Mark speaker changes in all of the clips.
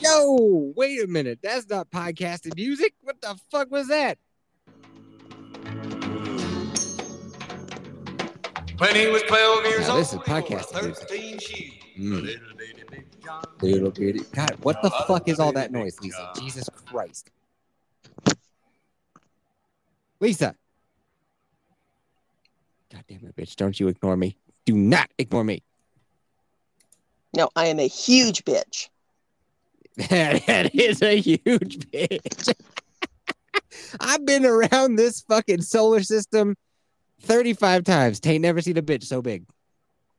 Speaker 1: Yo, wait a minute. That's not podcasted music. What the fuck was that?
Speaker 2: When he was 12 years
Speaker 1: Now,
Speaker 2: old,
Speaker 1: this is podcast
Speaker 2: he wore
Speaker 1: music.
Speaker 2: 13 shoes.
Speaker 1: Mm.
Speaker 2: A little bitty big John.
Speaker 1: Little bitty. God, what the
Speaker 2: Uh,
Speaker 1: fuck is all that
Speaker 2: little
Speaker 1: noise,
Speaker 2: bitty
Speaker 1: Lisa?
Speaker 2: job.
Speaker 1: Jesus Christ. Lisa. God damn it, bitch. Don't you ignore me. Do not ignore me.
Speaker 3: No, I am a huge bitch.
Speaker 1: that is a huge bitch. I've been around this fucking solar system 35 times. Ain't never seen a bitch so big.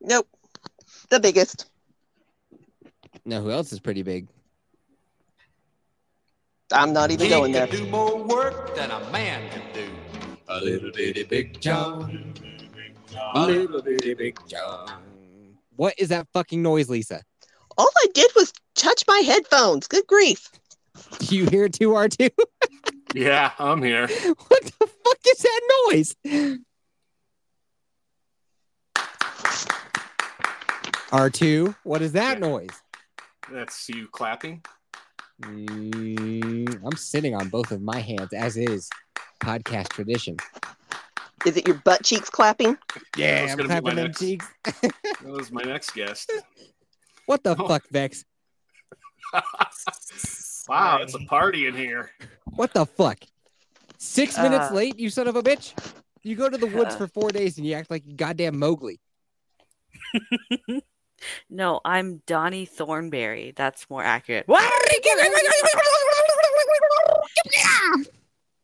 Speaker 3: Nope. The biggest.
Speaker 1: Now, who else is pretty big?
Speaker 3: I'm not even
Speaker 2: He
Speaker 3: going
Speaker 2: could
Speaker 3: there.
Speaker 2: do more work than a man could do. A little bitty big John. A little bitty big John.
Speaker 1: What is that fucking noise, Lisa?
Speaker 3: All I did was touch my headphones. Good grief.
Speaker 1: Do you hear 2R2?
Speaker 4: Yeah, I'm here.
Speaker 1: what the fuck is that noise? R2, what is that
Speaker 4: Yeah.
Speaker 1: noise?
Speaker 4: That's you clapping.
Speaker 1: Mm, I'm sitting on both of my hands, as is podcast tradition.
Speaker 3: Is it your butt cheeks clapping?
Speaker 4: That's
Speaker 1: Yeah, I'm
Speaker 4: gonna be my
Speaker 1: clapping them
Speaker 4: next-
Speaker 1: cheeks.
Speaker 4: That was my next guest.
Speaker 1: What the
Speaker 4: Oh.
Speaker 1: fuck, Vex?
Speaker 4: wow, it's a party in here.
Speaker 1: What the fuck? Six minutes
Speaker 3: Uh.
Speaker 1: late, you son of a bitch. You go to the woods
Speaker 5: Uh.
Speaker 1: for four days and you act like goddamn Mowgli.
Speaker 5: No, I'm Donnie Thornberry. That's more accurate.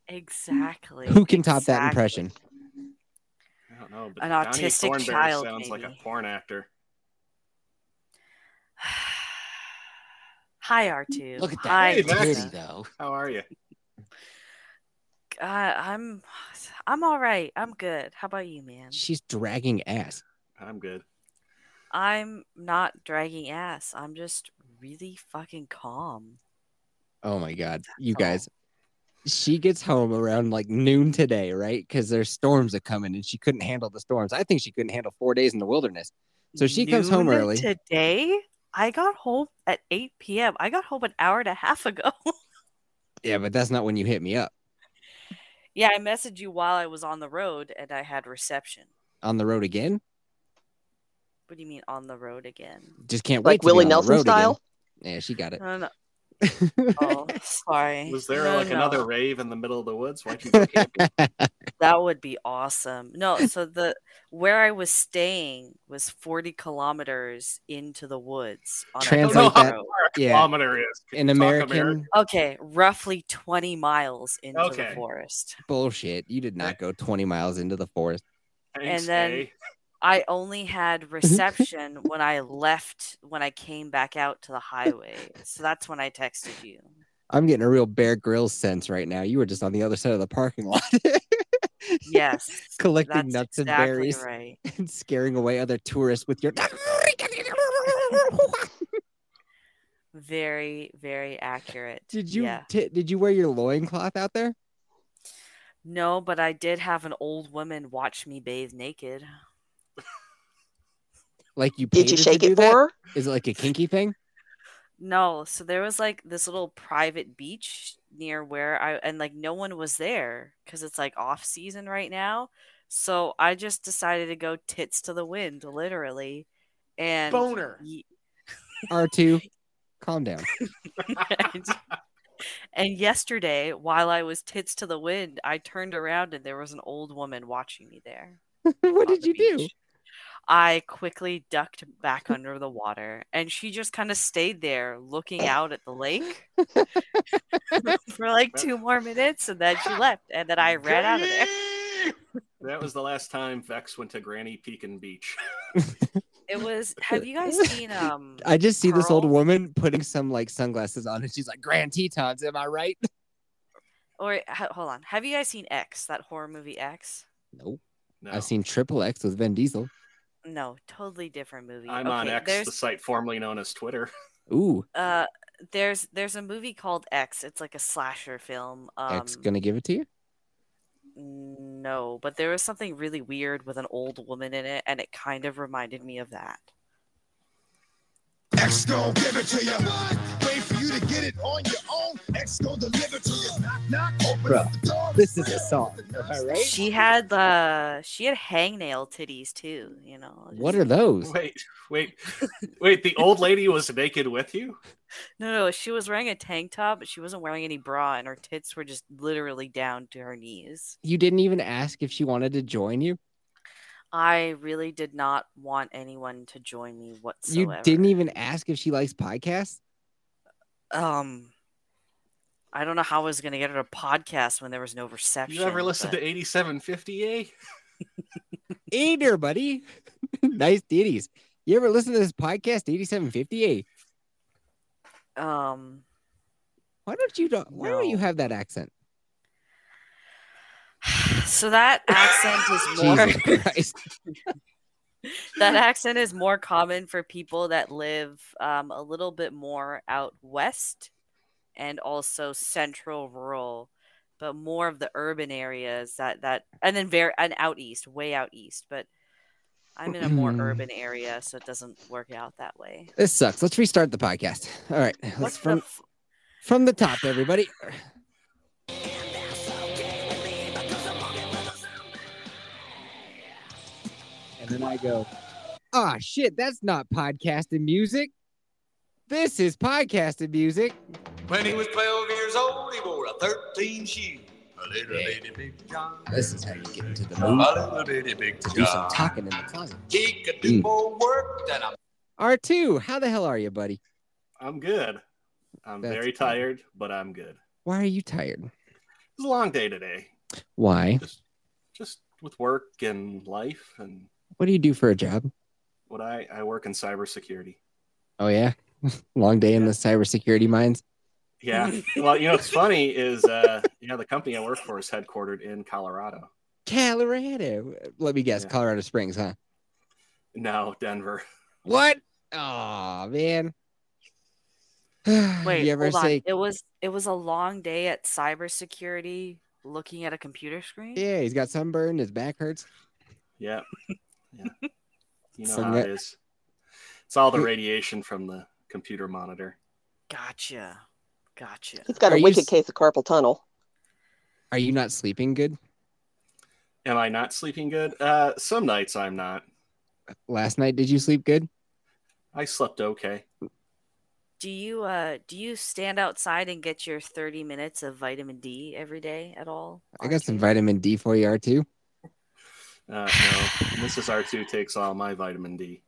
Speaker 5: Exactly.
Speaker 1: Who can top that
Speaker 5: exactly.
Speaker 1: impression?
Speaker 4: I don't know, but
Speaker 5: An
Speaker 4: Donnie
Speaker 5: autistic
Speaker 4: Thornberry
Speaker 5: child,
Speaker 4: sounds like
Speaker 5: maybe.
Speaker 4: a porn actor.
Speaker 5: Hi, R2.
Speaker 1: Look at that.
Speaker 5: Hi,
Speaker 4: Hey,
Speaker 5: Lisa.
Speaker 4: Max.
Speaker 1: Titty, though.
Speaker 4: How are you?
Speaker 5: Uh, I'm, I'm all right. I'm good. How about you, man?
Speaker 1: She's dragging ass.
Speaker 4: I'm good.
Speaker 5: I'm not dragging ass. I'm just really fucking calm.
Speaker 1: Oh my god, you
Speaker 5: all.
Speaker 1: guys. She gets home around like noon today, right? Because there's storms are coming, and she couldn't handle the storms. I think she couldn't handle four days in the wilderness. So she comes home
Speaker 5: Noon
Speaker 1: early.
Speaker 5: today. I got home at 8 p.m. I got home an hour and a half ago.
Speaker 1: Yeah, but that's not when you hit me up
Speaker 5: yeah, I messaged you while I was on the road and I had reception.
Speaker 1: on the road again.
Speaker 5: What do you mean on the road again?
Speaker 1: Just can't wait.
Speaker 3: Like
Speaker 1: to be
Speaker 3: Willie
Speaker 1: on the road
Speaker 3: Nelson
Speaker 1: again.
Speaker 3: style?
Speaker 1: Yeah, she got it.
Speaker 5: No, no. Oh, sorry.
Speaker 4: Was there
Speaker 5: No,
Speaker 4: like
Speaker 5: no.
Speaker 4: another rave in the middle of the woods? Why you fucking
Speaker 5: That would be awesome. No, so the where I was staying was 40 kilometers into the woods. On a
Speaker 1: Translate
Speaker 5: dirt
Speaker 1: that.
Speaker 5: road.
Speaker 1: yeah,
Speaker 4: kilometer is? Can
Speaker 1: an
Speaker 4: you talk
Speaker 1: American
Speaker 5: Okay, roughly 20 miles into
Speaker 4: Okay.
Speaker 5: the forest.
Speaker 1: bullshit. You did not go 20 miles into the forest.
Speaker 4: Thanks,
Speaker 5: and then-
Speaker 4: eh?
Speaker 5: I only had reception when I left when I came back out to the highway. So that's when I texted you.
Speaker 1: I'm getting a real Bear Grylls sense right now. You were just on the other side of the parking lot.
Speaker 5: Yes.
Speaker 1: Collecting
Speaker 5: that's
Speaker 1: nuts and
Speaker 5: exactly
Speaker 1: berries.
Speaker 5: Right.
Speaker 1: and scaring away other tourists with your.
Speaker 5: Very, very accurate.
Speaker 1: Did you
Speaker 5: Yeah.
Speaker 1: ti- did you wear your loincloth out there?
Speaker 5: No, but I did have an old woman watch me bathe naked.
Speaker 1: Like you paid
Speaker 3: Did you
Speaker 1: her
Speaker 3: shake
Speaker 1: to do
Speaker 3: it for
Speaker 1: that?
Speaker 3: her?
Speaker 1: Is it like a kinky thing?
Speaker 5: No, so there was like this little private beach near where I and like no one was there because it's like off season right now. So I just decided to go tits to the wind, literally. And
Speaker 2: Boner.
Speaker 5: ye-
Speaker 1: R2, calm down.
Speaker 5: and, and yesterday, while I was tits to the wind, I turned around and there was an old woman watching me there.
Speaker 1: what
Speaker 5: on
Speaker 1: did
Speaker 5: the
Speaker 1: you do?
Speaker 5: beach. I quickly ducked back under the water and she just kind of stayed there looking out at the lake for like two more minutes and then she left and then I ran out of there.
Speaker 4: That was the last time Vex went to Granny Pekin Beach.
Speaker 5: It was have you guys seen um
Speaker 1: I just see this old
Speaker 5: Pearl?
Speaker 1: woman putting some like sunglasses on and she's like, Grand Tetons, am I right?
Speaker 5: or h- hold on, have you guys seen X, that horror movie X?
Speaker 1: Nope.
Speaker 4: No.
Speaker 1: I've seen Triple X with Vin Diesel.
Speaker 5: No, totally different movie.
Speaker 4: I'm on
Speaker 5: Okay,
Speaker 4: X,
Speaker 5: there's-
Speaker 4: the site formerly known as Twitter.
Speaker 1: Ooh,
Speaker 5: Uh, there's there's a movie called X. It's like a slasher film. Um,
Speaker 1: X gonna give it to you?
Speaker 5: no, but there was something really weird with an old woman in it, and it kind of reminded me of that.
Speaker 6: X gon' give it to you. Wait for you to get it on your own. X gon' deliver to you. Knock, knock, open up the door.
Speaker 1: This is a song. Am I right?
Speaker 5: She had uh she had hangnail titties too. You know.
Speaker 1: What
Speaker 5: just-
Speaker 1: are those?
Speaker 4: Wait, wait, wait. The old lady was naked with you?
Speaker 5: No, no. She was wearing a tank top, but she wasn't wearing any bra, and her tits were just literally down to her knees.
Speaker 1: You didn't even ask if she wanted to join you.
Speaker 5: I really did not want anyone to join me whatsoever.
Speaker 1: You didn't even ask if she likes podcasts.
Speaker 5: Um, I don't know how I was gonna get her to podcast when there was no reception.
Speaker 4: You ever listen
Speaker 5: but-
Speaker 4: to 8750A?
Speaker 1: Eater, buddy. nice ditties. You ever listen to this podcast, 8758?
Speaker 5: Um,
Speaker 1: Why don't you? do- Why don't you
Speaker 5: No.
Speaker 1: have that accent?
Speaker 5: so that accent
Speaker 1: Jesus
Speaker 5: is more
Speaker 1: Christ.
Speaker 5: that accent is more common for people that live um, a little bit more out west and also central rural, but more of the urban areas that that and then very and out east, way out east. But I'm in a more
Speaker 1: Mm.
Speaker 5: urban area, so it doesn't work out that way.
Speaker 1: This sucks. Let's restart the podcast. All right,
Speaker 5: What
Speaker 1: let's
Speaker 5: the
Speaker 1: from
Speaker 5: f-
Speaker 1: from the top, everybody. And then I go, ah, shit, that's not podcasting music. This is podcasting music.
Speaker 2: When he was 12 years old, he wore a 13 shoe. A little bitty big John.
Speaker 1: This is how you get into the
Speaker 2: A
Speaker 1: mood
Speaker 2: little bitty big
Speaker 1: to do some
Speaker 2: John.
Speaker 1: talking in the closet.
Speaker 2: He could do
Speaker 1: Mm.
Speaker 2: more work than a
Speaker 1: R2, how the hell are you, buddy?
Speaker 4: I'm good. I'm
Speaker 1: That's
Speaker 4: very
Speaker 1: good.
Speaker 4: tired, but I'm good.
Speaker 1: Why are you tired?
Speaker 4: It's a long day today,
Speaker 1: Why?
Speaker 4: just with work and life and
Speaker 1: What do you do for a job?
Speaker 4: what I I work in cybersecurity.
Speaker 1: Oh, yeah. Long day in the cybersecurity mines.
Speaker 4: Yeah. well, you know what's funny is uh you know the company I work for is headquartered in Colorado.
Speaker 1: Colorado. Let me guess,
Speaker 4: Yeah.
Speaker 1: Colorado Springs, huh?
Speaker 4: No, Denver.
Speaker 1: What? Oh man.
Speaker 5: Wait,
Speaker 1: you ever
Speaker 5: hold on.
Speaker 1: say
Speaker 5: it was it was a long day at cybersecurity looking at a computer screen.
Speaker 1: yeah, he's got sunburn, his back hurts.
Speaker 4: Yeah. Yeah. You know
Speaker 1: So
Speaker 4: how
Speaker 1: that-
Speaker 4: it is. It's all the
Speaker 1: You-
Speaker 4: radiation from the computer monitor.
Speaker 5: Gotcha. Gotcha.
Speaker 3: He's got
Speaker 1: Are
Speaker 3: a
Speaker 1: you
Speaker 3: wicked
Speaker 1: s-
Speaker 3: case of carpal tunnel.
Speaker 1: Are you not sleeping good?
Speaker 4: Am I not sleeping good? Uh some nights I'm not.
Speaker 1: Last night did you sleep good?
Speaker 4: I slept okay.
Speaker 5: Do you uh do you stand outside and get your 30 minutes of vitamin D every day at all?
Speaker 1: I got some
Speaker 5: Archie?
Speaker 1: vitamin D for you, R2.
Speaker 4: Uh no. Mrs. R2 takes all my vitamin D.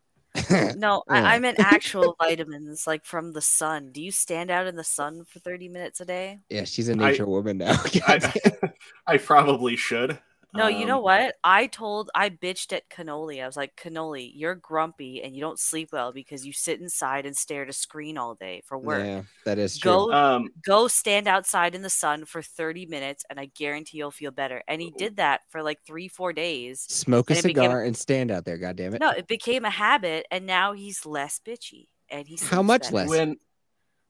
Speaker 5: No,
Speaker 1: Oh.
Speaker 5: I, I meant actual vitamins, like from the sun. Do you stand out in the sun for 30 minutes a day?
Speaker 1: yeah, she's a
Speaker 4: I-
Speaker 1: nature woman now.
Speaker 4: I, I probably should.
Speaker 5: No, you know
Speaker 4: Um,
Speaker 5: what? I told I bitched at Cannoli. I was like, Cannoli, you're grumpy and you don't sleep well because you sit inside and stare at a screen all day for work.
Speaker 1: yeah, that is true.
Speaker 5: Go
Speaker 4: Um,
Speaker 5: go stand outside in the sun for 30 minutes and I guarantee you'll feel better. And he did that for like three, four days.
Speaker 1: Smoke a
Speaker 5: and it became-
Speaker 1: cigar and stand out there, God damn it.
Speaker 5: No, it became a habit and now he's less bitchy. And he's
Speaker 1: How much less?
Speaker 4: when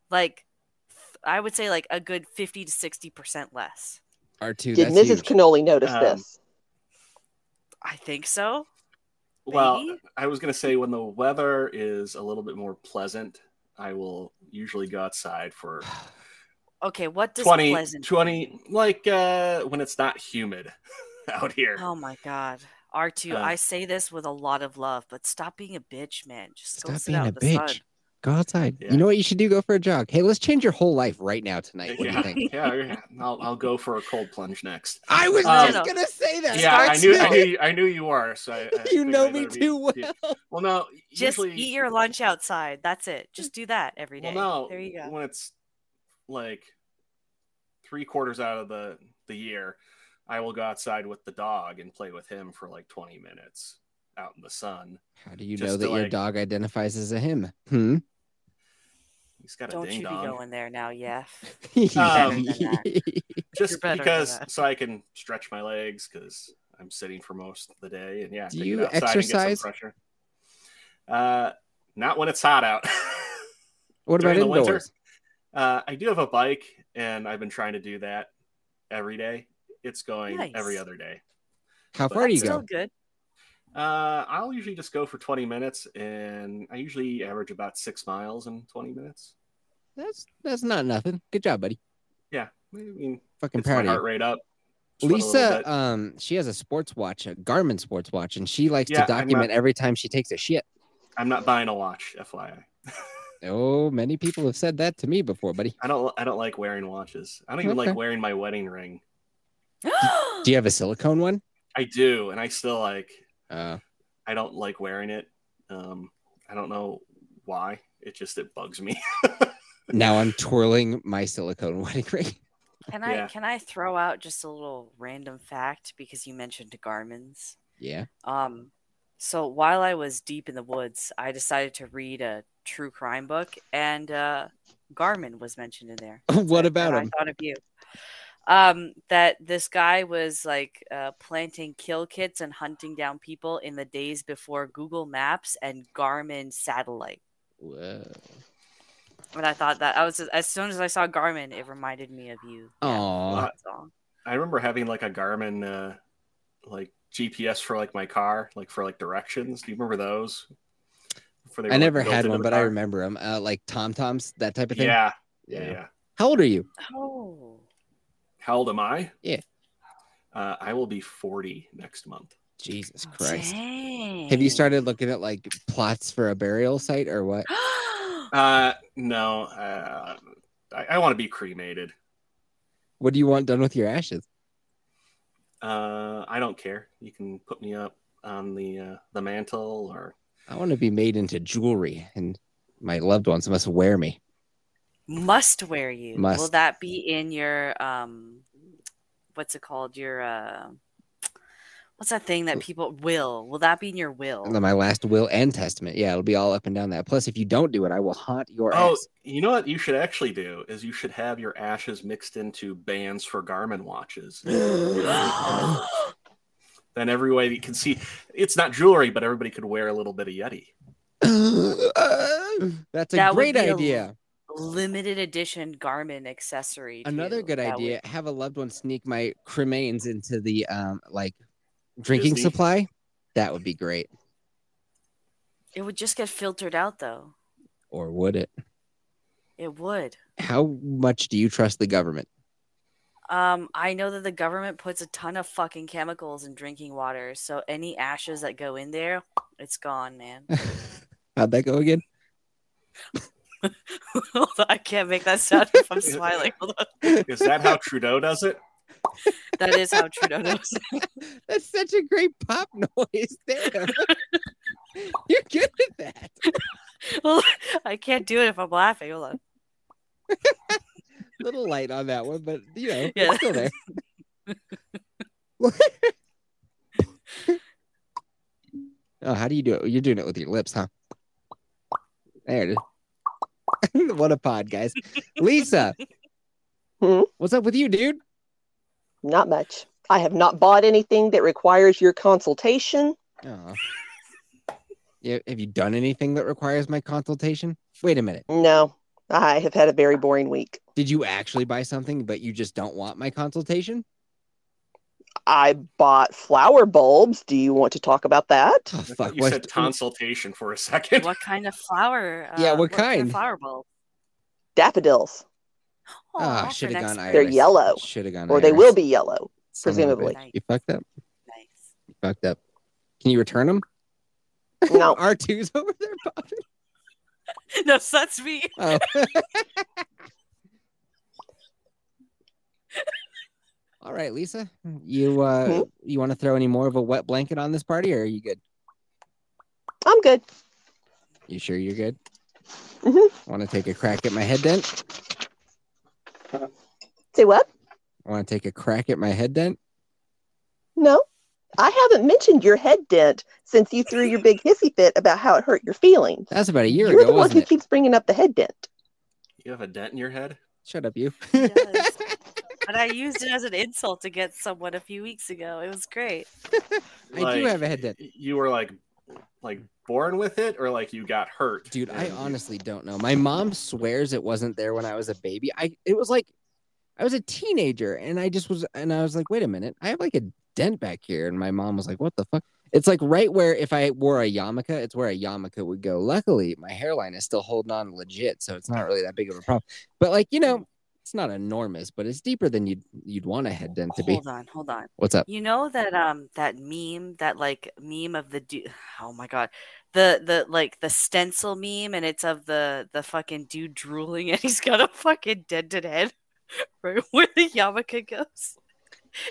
Speaker 5: Like, f- I would say like a good 50 to 60% less.
Speaker 1: R2,
Speaker 3: Did
Speaker 1: that's
Speaker 3: Mrs.
Speaker 1: huge.
Speaker 3: Cannoli notice
Speaker 4: Um,
Speaker 3: this?
Speaker 5: I think so.
Speaker 4: well,
Speaker 5: Maybe?
Speaker 4: I was gonna say when the weather is a little bit more pleasant, I will usually go outside for
Speaker 5: Okay, what does
Speaker 4: 20,
Speaker 5: pleasant?
Speaker 4: 20 like uh, when it's not humid out here.
Speaker 5: Oh my god. R2,
Speaker 4: Uh,
Speaker 5: I say this with a lot of love, but stop being a bitch, man. Just go
Speaker 1: Stop
Speaker 5: sit
Speaker 1: being
Speaker 5: out
Speaker 1: a
Speaker 5: in the sun.
Speaker 1: bitch. Go outside.
Speaker 4: Yeah.
Speaker 1: You know what you should do? Go for a jog. Hey, let's change your whole life right now tonight. What do
Speaker 4: yeah,
Speaker 1: you think?
Speaker 4: yeah, yeah. I'll, I'll go for a cold plunge next.
Speaker 1: I was
Speaker 4: Um,
Speaker 5: Oh.
Speaker 1: just gonna say that.
Speaker 4: yeah, I
Speaker 1: Starts
Speaker 4: knew, I
Speaker 1: now.
Speaker 4: knew, I knew you are. So I, I
Speaker 1: You
Speaker 4: figured
Speaker 1: know
Speaker 4: I'd
Speaker 1: me
Speaker 4: better be-
Speaker 1: too well.
Speaker 4: yeah. Well, no,
Speaker 5: Just
Speaker 4: usually,
Speaker 5: eat your lunch outside. That's it. Just do that every day.
Speaker 4: Well, no,
Speaker 5: there you go.
Speaker 4: when it's like three quarters out of the the year, I will go outside with the dog and play with him for like twenty minutes out in the sun.
Speaker 1: How do you
Speaker 4: Just
Speaker 1: know that
Speaker 4: to,
Speaker 1: your
Speaker 4: like-
Speaker 1: dog identifies as a him? Hmm.
Speaker 4: He's got a
Speaker 5: Don't
Speaker 4: ding
Speaker 5: you be
Speaker 4: dong.
Speaker 5: going there now, yeah.
Speaker 4: Um,
Speaker 5: You're
Speaker 4: Just
Speaker 5: better than
Speaker 4: because,
Speaker 5: that.
Speaker 4: so I can stretch my legs because I'm sitting for most of the day, and yeah, I
Speaker 1: Do
Speaker 4: can get
Speaker 1: you
Speaker 4: outside and get some
Speaker 1: exercise?
Speaker 4: pressure. Uh, not when it's hot out.
Speaker 1: what about
Speaker 4: During the
Speaker 1: indoors?
Speaker 4: winter? Uh, I do have a bike, and I've been trying to do that every day. It's going
Speaker 5: Nice.
Speaker 4: every other day.
Speaker 1: How
Speaker 4: But
Speaker 1: far do you
Speaker 5: That's
Speaker 1: go?
Speaker 5: still good.
Speaker 4: Uh, I'll usually just go for 20 minutes, and I usually average about six miles in 20 minutes.
Speaker 1: That's that's not nothing. Good job, buddy.
Speaker 4: Yeah, I mean,
Speaker 1: Fucking
Speaker 4: it's my
Speaker 1: proud of
Speaker 4: heart
Speaker 1: you.
Speaker 4: rate up. sweat a little bit.
Speaker 1: Lisa, um, she has a sports watch, a Garmin sports watch, and she likes
Speaker 4: Yeah,
Speaker 1: to
Speaker 4: I'm not-
Speaker 1: document every time she takes a shit.
Speaker 4: I'm not buying a watch, FYI.
Speaker 1: Oh, many people have said that to me before, buddy.
Speaker 4: I don't. I don't like wearing watches. I don't even
Speaker 1: Okay.
Speaker 4: like wearing my wedding ring.
Speaker 1: Do you have a silicone one?
Speaker 4: I do, and I still like.
Speaker 1: Uh,
Speaker 4: I don't like wearing it. Um, I don't know why. It just it bugs me.
Speaker 1: now I'm twirling my silicone wedding ring.
Speaker 5: Can I
Speaker 4: Yeah.
Speaker 5: can I throw out just a little random fact because you mentioned Garmin's?
Speaker 1: Yeah.
Speaker 5: Um, so while I was deep in the woods, I decided to read a true crime book, and uh, Garmin was mentioned in there.
Speaker 1: what
Speaker 5: And
Speaker 1: about him?
Speaker 5: I thought of you. Um, that this guy was like uh, planting kill kits and hunting down people in the days before Google Maps and Garmin satellite.
Speaker 1: Whoa.
Speaker 5: And I thought that I was as soon as I saw Garmin, it reminded me of you.
Speaker 1: Aw.
Speaker 5: That's all.
Speaker 4: I remember having like a Garmin, uh, like GPS for like my car, like for like directions. Do you remember those? Before they were,
Speaker 1: I
Speaker 4: like,
Speaker 1: never
Speaker 4: built
Speaker 1: had
Speaker 4: into
Speaker 1: one,
Speaker 4: the
Speaker 1: but I
Speaker 4: car.
Speaker 1: remember them. Uh, like Tom Toms, that type of thing.
Speaker 4: Yeah, yeah, yeah.
Speaker 1: How old are you?
Speaker 5: Oh,
Speaker 4: How old am I?
Speaker 1: Yeah.
Speaker 4: Uh, I will be 40 next month.
Speaker 1: Jesus Christ.
Speaker 5: dang.
Speaker 1: Have you started looking at like plots for a burial site or what?
Speaker 4: Uh, no, uh, I, I want to be cremated.
Speaker 1: What do you want done with your ashes?
Speaker 4: Uh, I don't care. You can put me up on the uh, the mantle or
Speaker 1: I want to be made into jewelry, and my loved ones must wear me.
Speaker 5: must wear you will
Speaker 1: Must.
Speaker 5: that be in your um what's it called your uh what's that thing that people will will that be in your will
Speaker 1: And then My last will and testament. Yeah, it'll be all up and down that. Plus, if you don't do it, I will haunt your
Speaker 4: Oh,
Speaker 1: ass.
Speaker 4: you know what you should actually do is you should have your ashes mixed into bands for Garmin watches. then everybody can see it's not jewelry, but everybody could wear a little bit of Yeti.
Speaker 1: That's a
Speaker 5: That would
Speaker 1: great
Speaker 5: be a-
Speaker 1: idea.
Speaker 5: limited edition garmin accessory
Speaker 1: Another
Speaker 5: too.
Speaker 1: good
Speaker 5: That
Speaker 1: idea. Have a loved one sneak my cremains into the um like drinking
Speaker 4: Disney.
Speaker 1: supply. That would be great.
Speaker 5: would- it would just get filtered out though
Speaker 1: Or would it?
Speaker 5: it would
Speaker 1: How much do you trust the government?
Speaker 5: um i know that the government puts a ton of fucking chemicals in drinking water so any ashes that go in there it's gone man
Speaker 1: How'd that go again?
Speaker 5: Hold on, i can't make that sound if i'm smiling Hold on.
Speaker 4: Is that how Trudeau does it?
Speaker 5: that is how trudeau knows
Speaker 1: That's such a great pop noise. Damn. You're good at that.
Speaker 5: Well, I can't do it if I'm laughing. Hold on.
Speaker 1: little light on that one, but you know,
Speaker 5: Yeah.
Speaker 1: it's still there. oh, how do you do it? You're doing it with your lips, huh? There it is. what a pod, guys. Lisa,
Speaker 3: Hmm?
Speaker 1: what's up with you, dude?
Speaker 3: Not much. I have not bought anything that requires your consultation.
Speaker 1: Oh. Yeah, have you done anything that requires my consultation? Wait a minute.
Speaker 3: No, I have had a very boring week.
Speaker 1: Did you actually buy something, but you just don't want my consultation?
Speaker 3: I bought flower bulbs. Do you want to talk about that?
Speaker 1: Oh,
Speaker 4: I thought
Speaker 1: fuck.
Speaker 4: you
Speaker 1: what-
Speaker 4: said consultation for a second.
Speaker 5: What kind of flower?
Speaker 1: Yeah, what
Speaker 5: kind
Speaker 1: kind?
Speaker 5: of flower bulb?
Speaker 3: Daffodils.
Speaker 1: Oh,
Speaker 5: Aw, for
Speaker 1: should have
Speaker 5: next
Speaker 1: gone
Speaker 5: week.
Speaker 1: Irish.
Speaker 3: They're yellow,
Speaker 1: Should have gone
Speaker 3: or they
Speaker 1: Irish.
Speaker 3: will be yellow.
Speaker 1: Son of a
Speaker 3: presumably.
Speaker 1: bitch. You fucked up.
Speaker 5: Nice.
Speaker 1: You fucked up. Can you return them?
Speaker 3: No,
Speaker 1: R2's over there, Bobby.
Speaker 5: No, so that's me.
Speaker 1: Oh. All right, Lisa. You uh
Speaker 3: Hmm?
Speaker 1: you want to throw any more of a wet blanket on this party or are you good?
Speaker 3: I'm good.
Speaker 1: You sure you're good?
Speaker 3: Mhm.
Speaker 1: Want to take a crack at my head dent?
Speaker 3: Say what?
Speaker 1: Want to take a crack at my head dent?
Speaker 3: No, I haven't mentioned your head dent since you threw your big hissy fit about how it hurt your feelings.
Speaker 1: That's about a year
Speaker 3: You're
Speaker 1: ago,
Speaker 3: the one
Speaker 1: wasn't
Speaker 3: who
Speaker 1: it?
Speaker 3: keeps bringing up the head dent.
Speaker 4: You have a dent in your head?
Speaker 1: Shut up, you.
Speaker 5: He does. but I used it as an insult to get someone a few weeks ago. It was great.
Speaker 1: I do have a head dent.
Speaker 4: You were like like born with it or like you got hurt.
Speaker 1: Dude, I
Speaker 4: and you-
Speaker 1: honestly don't know. My mom swears it wasn't there when I was a baby. I it was like I was a teenager and I just was and I was like, wait a minute, I have like a dent back here. And my mom was like, What the fuck? It's like right where if I wore a yarmulke, it's where a yarmulke would go. Luckily, my hairline is still holding on legit, so it's not really that big of a problem. But like, you know, it's not enormous, but it's deeper than you'd you'd want a head dent to be.
Speaker 5: Hold on, hold on.
Speaker 1: What's up?
Speaker 5: You know that um that meme that like meme of the dude. Oh my god, the the like the stencil meme, and it's of the the fucking dude drooling, and he's got a fucking dented head right where the yarmulke goes.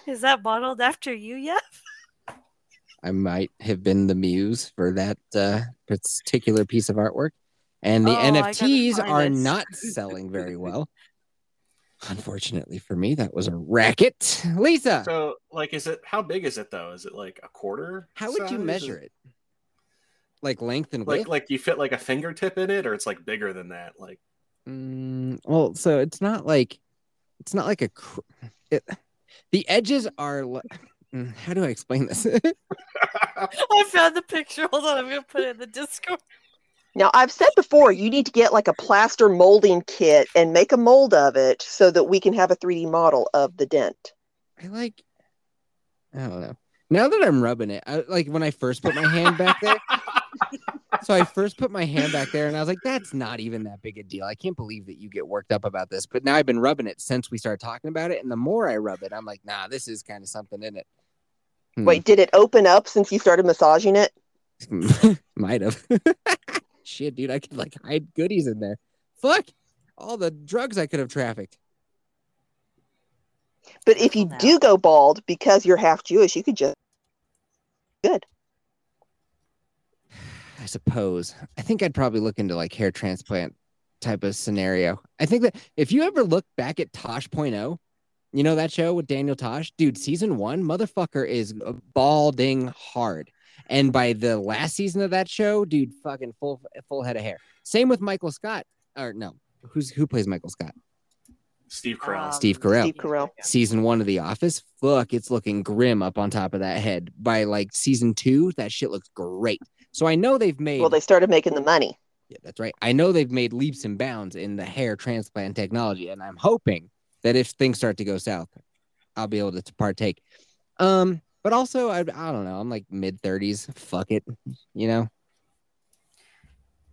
Speaker 5: Is that modeled after you yet?
Speaker 1: I might have been the muse for that uh, particular piece of artwork. And the
Speaker 5: Oh, I gotta
Speaker 1: NFTs
Speaker 5: find
Speaker 1: are
Speaker 5: this.
Speaker 1: not selling very well. Unfortunately for me, that was a racket. Lisa,
Speaker 4: So like is it how big is it though? Is it like a quarter?
Speaker 1: how would you
Speaker 4: size?
Speaker 1: measure it? Like length and
Speaker 4: Like
Speaker 1: width?
Speaker 4: like you fit like a fingertip in it or it's like bigger than that? Like
Speaker 1: Mm, well, so it's not like it's not like a cr- it, the edges are li- Mm, how do I explain this?
Speaker 5: I found the picture. Hold on, I'm gonna put it in the Discord.
Speaker 3: Now, I've said before, you need to get like a plaster molding kit and make a mold of it so that we can have a 3D model of the dent.
Speaker 1: I like. I don't know. Now that I'm rubbing it, I, like when I first put my hand back there, so I first put my hand back there, and I was like, "That's not even that big a deal." I can't believe that you get worked up about this. But now I've been rubbing it since we started talking about it, and the more I rub it, I'm like, "Nah, this is kind of something in it." Hmm.
Speaker 3: Wait, did it open up since you started massaging it?
Speaker 1: Might have. Shit, dude, I could like hide goodies in there. Fuck all the drugs I could have trafficked.
Speaker 3: But if you
Speaker 5: No.
Speaker 3: do go bald because you're half Jewish, you could just
Speaker 1: I suppose. I think I'd probably look into like hair transplant type of scenario. I think that if you ever look back at Tosh.0, you know that show with Daniel Tosh? Dude, season one, motherfucker is uh, balding hard. And by the last season of that show, dude, fucking full full head of hair. Same with Michael Scott. Or no, who's who plays Michael Scott?
Speaker 4: Steve Carell.
Speaker 5: Um,
Speaker 1: Steve Carell.
Speaker 3: Steve Carell.
Speaker 1: Season one of The Office, fuck, it's looking grim up on top of that head. By like season two, that shit looks great. So I know they've made
Speaker 3: well, they started making the money.
Speaker 1: yeah, that's right. I know they've made leaps and bounds in the hair transplant technology, and I'm hoping that if things start to go south, I'll be able to, to partake. Um, but also, I, I don't know. I'm like mid 30s. Fuck it, you know.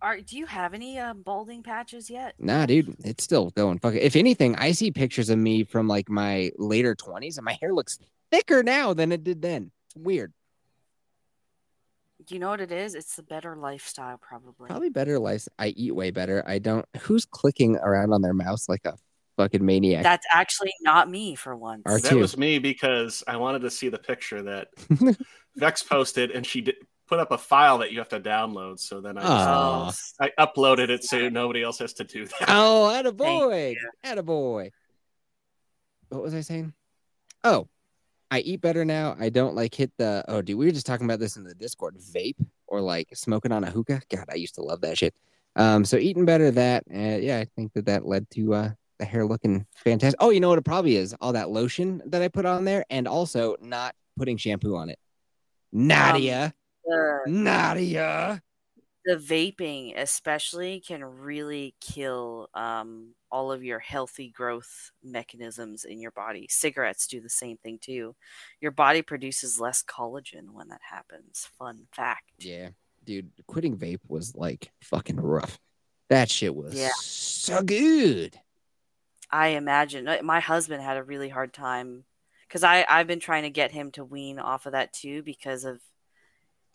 Speaker 5: Are do you have any um, balding patches yet?
Speaker 1: Nah, dude, it's still going. Fuck it. If anything, I see pictures of me from like my later 20s, and my hair looks thicker now than it did then. It's weird.
Speaker 5: You know what it is? It's the better lifestyle, probably.
Speaker 1: Probably better life. I eat way better. I don't. Who's clicking around on their mouse like a fucking maniac?
Speaker 5: That's actually not me for once.
Speaker 1: Our-
Speaker 4: that
Speaker 1: too.
Speaker 4: was me because I wanted to see the picture that Vex posted, and she did, put up a file that you have to download. So then I, just-
Speaker 1: Aw.
Speaker 4: I uploaded it so nobody else has to do that.
Speaker 1: Oh, at a boy. At a boy. What was I saying? Oh, I eat better now. I don't like hit the oh dude, we were just talking about this in the Discord. Vape or like smoking on a hookah. God, I used to love that shit. Um, so eating better that uh, yeah, I think that that led to uh the hair looking fantastic. Oh, you know what it probably is? All that lotion that I put on there and also not putting shampoo on it. Nadia,
Speaker 5: the,
Speaker 1: Nadia.
Speaker 5: the vaping, especially, can really kill um, all of your healthy growth mechanisms in your body. Cigarettes do the same thing too. Your body produces less collagen when that happens. Fun fact.
Speaker 1: Yeah, dude, quitting vape was like fucking rough. That shit was
Speaker 5: Yeah.
Speaker 1: so good.
Speaker 5: I imagine Uh, my husband had a really hard time because I I've been trying to get him to wean off of that too because of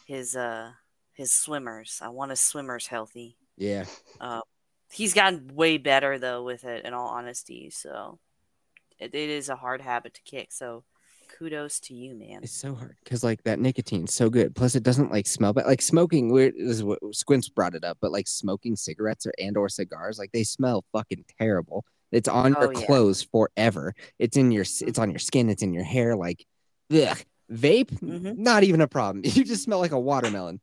Speaker 5: his uh his swimmers. I want his swimmers healthy.
Speaker 1: Yeah.
Speaker 5: Uh, he's gotten way better though with it. In all honesty, so it, it is a hard habit to kick. So kudos to you, man.
Speaker 1: It's so hard because like that nicotine's so good. Plus, it doesn't like smell bad. Like smoking, weird this is what Squints brought it up, but like smoking cigarettes or and or cigars, like they smell fucking terrible. It's on your
Speaker 5: Oh, yeah.
Speaker 1: clothes forever. It's in your, s- it's on your skin. It's in your hair. Like, ugh. Vape,
Speaker 5: Mhm.
Speaker 1: not even a problem. You just smell like a watermelon.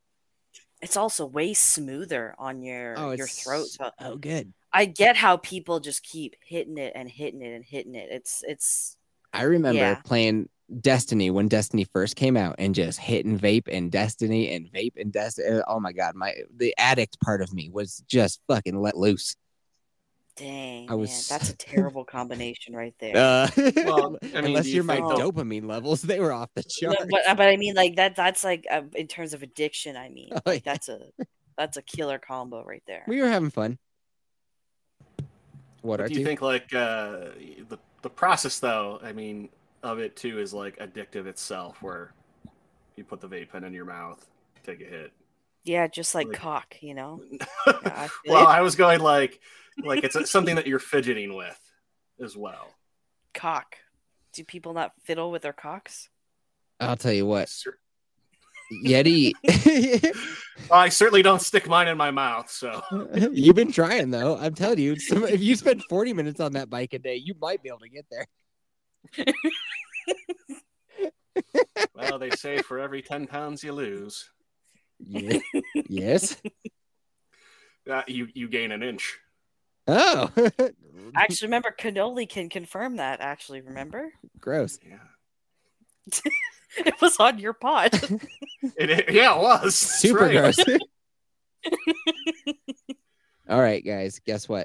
Speaker 5: It's also way smoother on your
Speaker 1: Oh,
Speaker 5: your
Speaker 1: it's-
Speaker 5: throat. So
Speaker 1: Oh, good.
Speaker 5: I get how people just keep hitting it and hitting it and hitting it. It's it's
Speaker 1: I remember
Speaker 5: Yeah.
Speaker 1: playing Destiny when Destiny first came out and just hitting vape and Destiny and vape and Destiny. Oh my god, my the addict part of me was just fucking let loose.
Speaker 5: dang.
Speaker 1: I was
Speaker 5: man, that's a terrible combination right there.
Speaker 1: Uh,
Speaker 4: Well, I mean,
Speaker 1: unless
Speaker 4: do you
Speaker 1: you're my
Speaker 4: think
Speaker 5: they'll-
Speaker 1: dopamine levels, they were off the
Speaker 5: No,
Speaker 1: chart.
Speaker 5: but but I mean like that that's like uh, in terms of addiction. I mean
Speaker 1: Oh,
Speaker 5: like
Speaker 1: yeah.
Speaker 5: that's a that's a killer combo right there.
Speaker 1: we were having fun. What
Speaker 4: But
Speaker 1: are
Speaker 4: do you think like uh, the the process though? I mean, of it too is like addictive itself, where you put the vape pen in your mouth, take a hit.
Speaker 5: yeah, just like
Speaker 4: Like-
Speaker 5: cock, you know. I feel
Speaker 4: well,
Speaker 5: it.
Speaker 4: I was going like like it's something that you're fidgeting with as well.
Speaker 5: Cock. Do people not fiddle with their cocks?
Speaker 1: I'll tell you what,
Speaker 4: Cer-
Speaker 1: Yeti.
Speaker 4: I certainly don't stick mine in my mouth, so
Speaker 1: You've been trying though. I'm telling you, some- if you spend 40 minutes on that bike a day, you might be able to get there.
Speaker 4: well, they say for every ten pounds you lose,
Speaker 1: Yeah. yes.
Speaker 4: uh, you you gain an inch.
Speaker 1: Oh,
Speaker 5: Actually, remember cannoli can confirm that. Actually, remember
Speaker 1: gross.
Speaker 4: Yeah,
Speaker 5: it was on your pod.
Speaker 4: it, it- yeah, it was That's
Speaker 1: Super
Speaker 4: right.
Speaker 1: gross. All right, guys, guess what?